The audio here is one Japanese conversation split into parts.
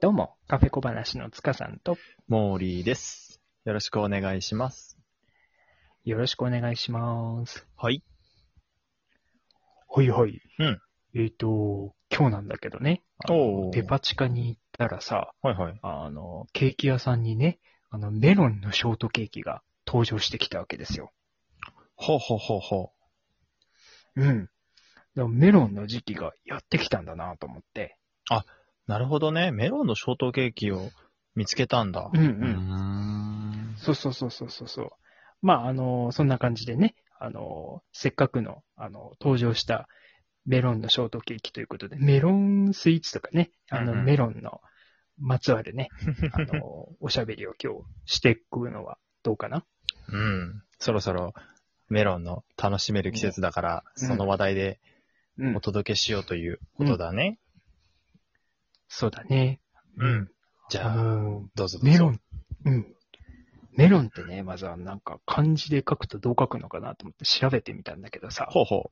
どうも、カフェ小話の塚さんと、モーリーです。よろしくお願いします。よろしくお願いします。はい。ほいほい。うん。えっ、と、今日なんだけどね、あおのーデパ地下に行ったらさ、はいはい。あの、ケーキ屋さんにね、あの、メロンのショートケーキが登場してきたわけですよ。ほうほうほうほうん。でもメロンの時期がやってきたんだなと思って。う。なるほどね。メロンのショートケーキを見つけたんだ。うんう。うんん。そうそうそうそうそうそう。まあ、あの、そんな感じでね、あの、せっかくの、あの、登場したメロンのショートケーキということで、メロンスイーツとかね、あの、うんうんメロンのまつわる ね、あの、おしゃべりを今日していくのはどうかなうん。そろそろメロンの楽しめる季節だから、うんその話題でうお。届けしようということだね。そうだね。うん。じあゃあ、の、どうぞどうぞ。メロン、うん。メロンってね、まずはなんか漢字で書くとどう書くのかなと思って調べてみたんだけどさ。ほうほ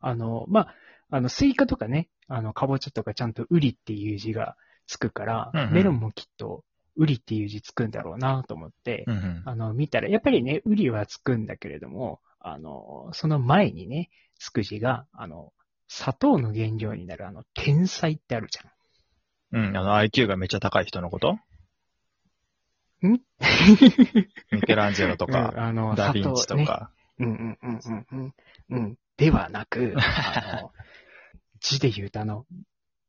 あの、まあ、あの、スイカとかね、あの、かぼちゃとかちゃんとウリっていう字がつくから、うんうんメロンもきっとウリっていう字つくんだろうなと思って、う。うんうん。あの、見たら、やっぱりね、ウリはつくんだけれども、あの、その前にね、つく字が、あの、砂糖の原料になるあの、天才ってあるじゃん。うん。あの、IQ がめっちゃ高い人のことんミケランジェロとうんか、あの、ダヴィンチ砂糖とねか。うんうんうんうんうん。うん。ではなく、あの、字で言うとあの、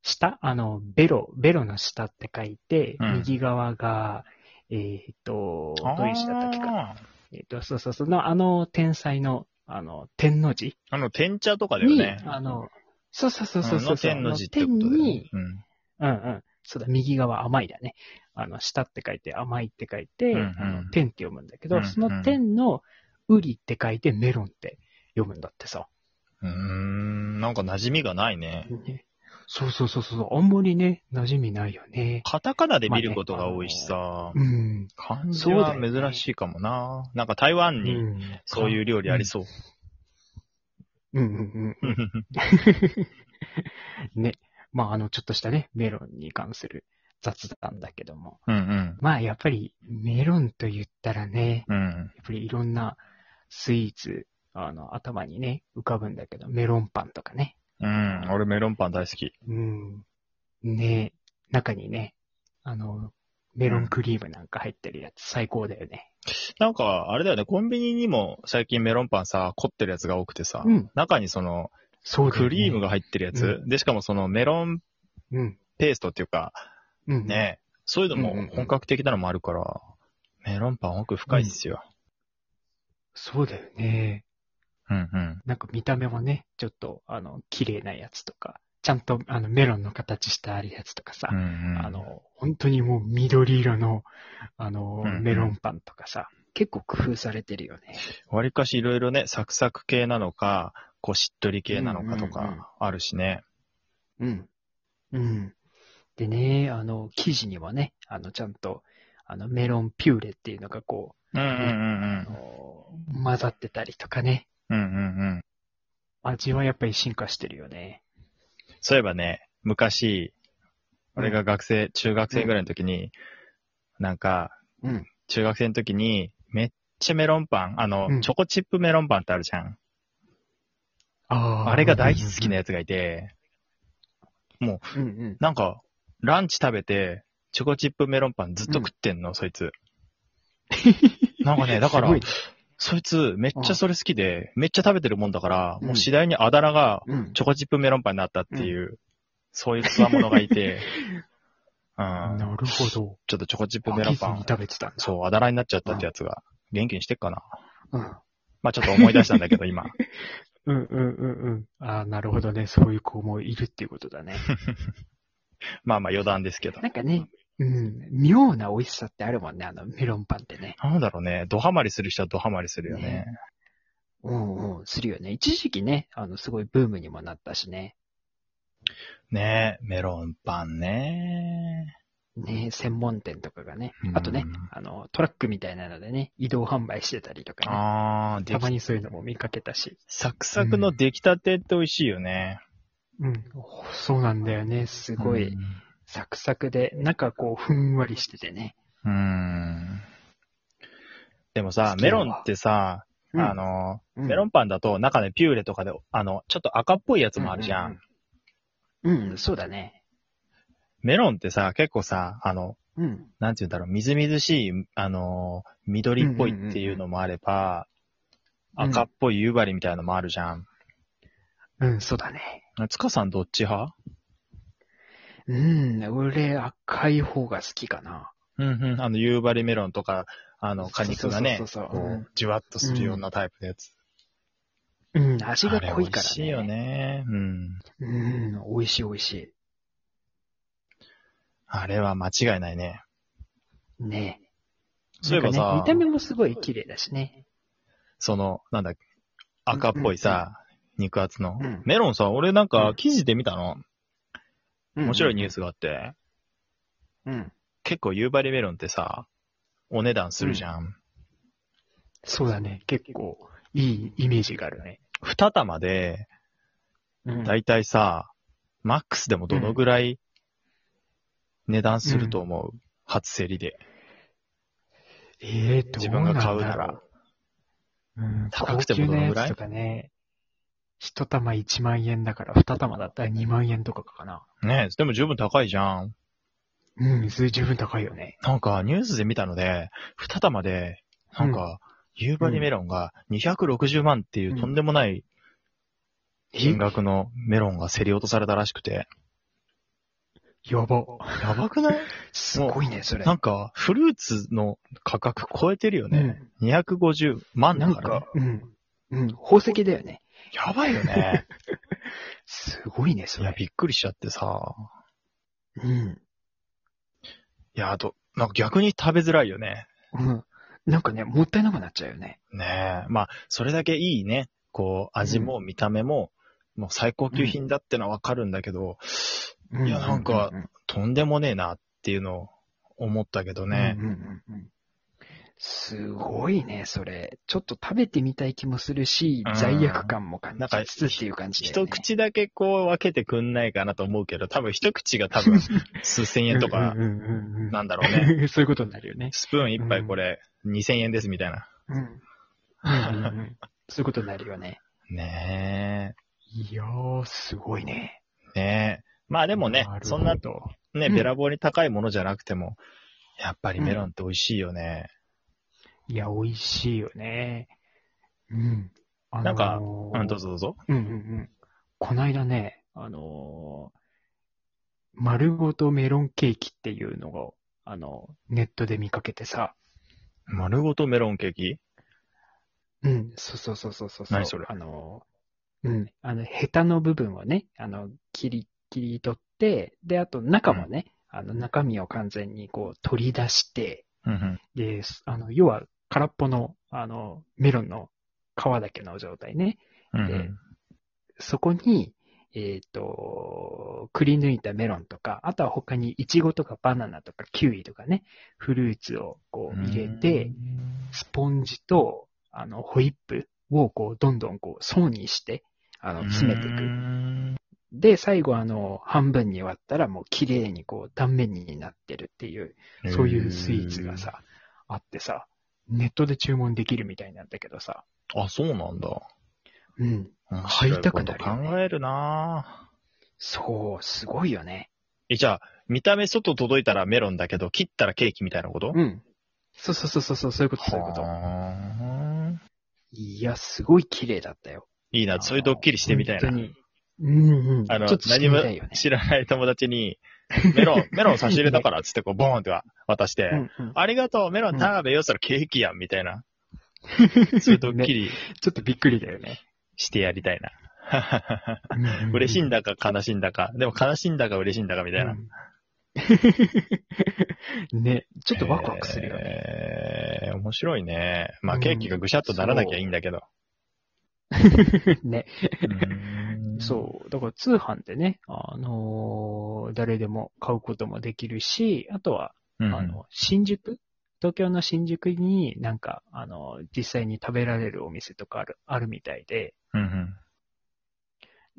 下、あの、ベロ、ベロの下って書いて、うん右側が、えーっと、あーどういう字だったっけか。えーっと、そうそうそう、のあの、天才の、あの、天の字あの、天茶とかだよに、ね。あの、そうそうそうそうあそのうそう、天の字ってことあだのよ天ねに。、うんうん。そうだ、右側甘いだね。あの、下って書いて甘いって書いて、うんうんあの天って読むんだけど、うんうんその天のウリって書いてメロンって読むんだってさ。うん。うーん。なんか馴染みがないね。ねそうそうそうそう。あんまりね、馴染みないよね。カタカナで見ることが多いしさ、うん。。漢字は珍しいかもな。なんか台湾にそういうう料理ありそう。うんうんうん。ね。まあ、あの、ちょっとしたね、メロンに関する雑談だけども。うんうん。まあ、やっぱり、メロンと言ったらね、うん。やっぱりいろんなスイーツ、あの、頭にね、浮かぶんだけど、メロンパンとかね。うん。俺メロンパン大好き。うん。ね中にね、あの、メロンクリームなんか入ってるやつ、最高だよね。なんか、あれだよね、コンビニにも最近メロンパンさ、凝ってるやつが多くてさ、うん。中にその、そうだよクね。リームが入ってるやつ、で、しかもそのメロンうん。ペーストっていうか、うん。。ね、そういうのうんうんもうん本格的なのもあるから、メロンパン奥深いっすよ。そうだよね。うんうん。なんか見た目もね、ちょっと、あの、綺麗なやつとか、ちゃんと、あの、メロンの形してあるやつとかさ、うんうんあ、の、本当にもう緑色の、あの、うんうんメロンパンとかさ、結構工夫されてるよね。わりかしいろいろね、サクサク系なのか、こうしっとり系なのうかとんうんうんかあるしね。うん。うん。でね、あの、生地にはね、あの、ちゃんと、あの、メロンピューレっていうのがこうんうんうんう、あの混ざってたりとかね、うん。うんうんうん。味はやっぱり進化してるよね。そういえばね、昔、うん俺が学生、中学生ぐらいの時に、なんか、うん中学生の時に、めっちゃメロンパン、あの、うんチョコチップメロンパンってあるじゃん。ああれが大好きなね。やつがいて、うんうん。なんか、ランチ食べて、チョコチップメロンパンずっと食ってんの、そいつ。なんかね、だからすごい、ねそいつ、めっちゃそれ好きで、めっちゃ食べてるもんだから、うんもう次第にあだ名が、うん。チョコチップメロンパンになったっていう、そういう強者が いて、う、なんるほど。ちょっとチョコチップ飽メロきンずパにン、食べてたんだ。そう、あだ名になっちゃったってやつが、元気にしてっかな。うん。まあちょっと思い出したんだけど、今。 うんうんうんうん。ああ、なるほどね。そういう子もいるっていうことだね。まあまあ余談ですけどな。んかね、うん、妙な美味しさってあるもんね、あの、メロンパンってね。なんだろうね、ドハマりする人はドハマりするよね。うんうん、するよね。一時期ね、あの、すごいブームにもなったしね。ねえ、メロンパンね。ね、専門店とかがねう。んあとね、あの、トラックみたいなのでね、移動販売してたりとかね。あー、でたまき、にそういうのも見かけたし。サクサクの出来たてって美味しいよね。うん、そうなんだよね。すごい、うんサクサクで、中こう、ふんわりしててね。うーん。でもさ好、きメだわロンってさ、あの、うんメロンパンだと中でピューレとかで、あの、ちょっと赤っぽいやつもあるじゃん。うん、うんうん、そうだね。メロンってさ、結構さ、あの、うん。なんて言うんだろう、みずみずしい、あの、緑っぽいっていうのもあれば、うんうんうんうん赤っぽい夕張みたいなのもあるじゃん。うん、そうだね。つかさんどっち派うん、俺、赤い方が好きかな。うんうん、あの、夕張メロンとか、あの、果肉がねそう、そうそうこそうう、じわっとするようなタイプのやつ。うん。うん、味が濃いからあれ美ね。味しいよね。うん。うん、美味しい美味しい。あれは間違いないね。ねそういえばさなんかね、見た目もすごい綺麗だしね。その、なんだっけ、赤っぽいさ、肉厚のうん。メロンさ、俺なんうかん記事で見たの。面白いニュース。スがあって、うん。結構夕張メロンってさ、お値段するじゃん。そうだね。結構、いいイメージがあるね。二玉で、うんだいたいさ、マックスでもどのぐらい値段すると思う、初競りで。ええー、自分が買うなら。うん、高くてもどのぐらい高級なやつとかね、一玉1万円だから、二玉だったら2万円とかかな。ねえ、でも十分高いじゃん。うん、それ十分高いよね。なんかニュースで見たので、二玉で、なんか、夕張メロンが260万っていうとんでもない金額のメロンが競り落とされたらしくて。やば。やばくないすごいね、それ。 なんか、フルーツの価格超えてるよね。250うん万なだんからね、か、うん。うん、宝石だよね。やばいよ ね。すごいね、そいや、れ。びっくりしちゃってさ。うん。いや、あと、なんか逆に食べづらいよね。うん。なんかね、もったいなくなっちゃうよね。ねえ。まあ、それだけいいね。こう、味も見た目も、もう最高級品だってのはわかるんだけど、いいやなんか、とんでもねえなっていうのを思ったけどねう。んうんうんうんすごいね、それ。ちょっと食べてみたい気もするしうん、罪悪感も感なんかじつつっていう感じだよ一ね。口だけこう分けてくんないかなと思うけど、多分一口が多 分数千円とかうんうんうんうん なんだろう ね。そういうことになるよね。スプーン一杯これ2000円ですみたいな。うん。うんうんうんそういうことになるよね。ねいやー、すごいね。え。ねえ。まあでもなねるほ、どそんなね、うんべらぼうに高いものじゃなくても、やっぱりメロンって美味しいよね。いや、美味しいよね。うん。あのーなんかうん、どうぞどうぞ。うんうんうん。こないだね、あのー丸ごとメロンケーキっていうのを、あの、ネットで見かけてさ、丸ごとメロンケーキうん、そうそうそうそうそうう。何それあのーうん、あの、ヘタの部分をね、あの、切り、切り取って、で、あと中もね、あの、中身を完全にこう取り出して、うんうん。で、すあの、要は空っぽの、あの、メロンの皮だけの状態ね。うんでそこに、えっ、と、くり抜いたメロンとか、あとは他にイチゴとかバナナとかキウイとかね、フルーツをこううん入れて、、スポンジと、あの、ホイップをこう、どんどんこう、層にして、あの、詰めていうく。んで、最後あの、半分に割ったらもう綺麗にこう、断面になってるっていう、そういうスイーツが。さ、あってさ、ネットで注文できるみたいなんだけどさ、あ、そうなんだ。うん、入買いたくなるよね考えるなぁそう、すごいよね。え、じゃあ、見た目外届いたらメロンだけど、切ったらケーキみたいなことうん。そうそうそうそうそう、そういうこと、そういうこと。はぁいや、すごい綺麗だったよ。いいな、そういうドッキリしてみたいな本当。に。うんうん。あのちょっと、して何みもたいよね。知らない友達に、メロン、メロン差し入れだから、つってこう、ボーンって渡して、うんうんありがとう、メロン食べよ、それケーキやん、みた いな。そういうドッキリちょっとびっくりだよね。してやりたいな。嬉嬉しいんだだか悲しいんだか、でも悲しいんだか嬉しいんだかみたいな。ね、ちょっとワクワクするよね。ね。面白いね。まあうんケーキがぐしゃっとならなきゃいいんだけど。ね。うそう。だから通販でね、あのー誰でも買うこともできるし、あとは、うん。ああの、の、新宿東京の新宿になんか、あの、実際に食べられるお店とかある、あるみたいで、うんうん。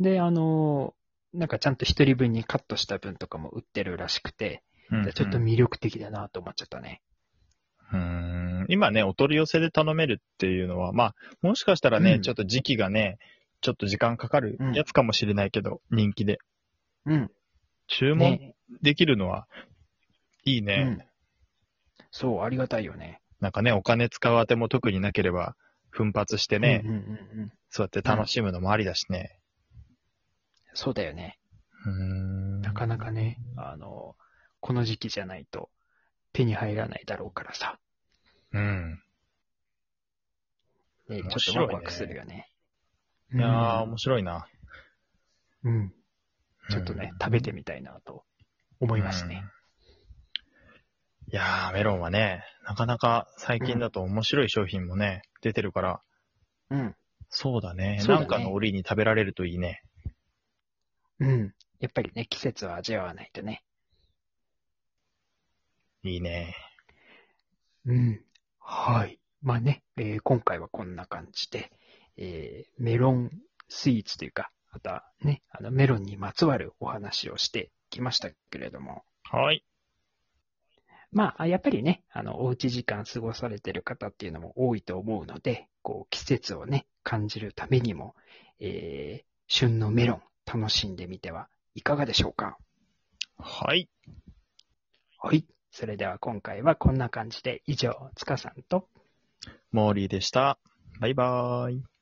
で、あの、なんかちゃんと一人分にカットした分とかも売ってるらしくて、うんちょっと魅力的だなと思っちゃったね。うん今ね、お取り寄せで頼めるっていうのは、まあ、もしかしたらね、うんちょっと時期がね、ちょっと時間かかるうんやつかもしれないけど、人気で。うん。注文ね。できるのは、いいね。うん。そう、ありがたいよね。なんかね、お金使うあても特になければ、奮発してね、うんうんうんうん。そうやって楽しむのもありだしね。そうだよね。うんなかなかね、あの、この時期じゃないと手に入らないだろうからさ。うん。ね、面ちょ白いっねとワクワクするよね。いやー、面白いな。うん、うん。ちょっとね、食べてみたいなと思いますね。うん。いやー、メロンはね、なかなか最近だと面白い商品もね、出てるから、うん。そうだね。そうだなねんかの折に食べられるといいね。うん。やっぱりね、季節は味わわないとね。いいね。うん。はい。まあね、えー今回はこんな感じで、えーメロンスイーツというか、またね、あのメロンにまつわるお話をしてきましたけれども、はい。まあ、やっぱりね、あの、おうち時間過ごされてる方っていうのも多いと思うので、こう、季節をね、感じるためにも、えー旬のメロン、楽しんでみてはいかがでしょうかはい。はい。それでは今回はこんな感じで、以上、つかさんと、モーリーでした。バイバーイ。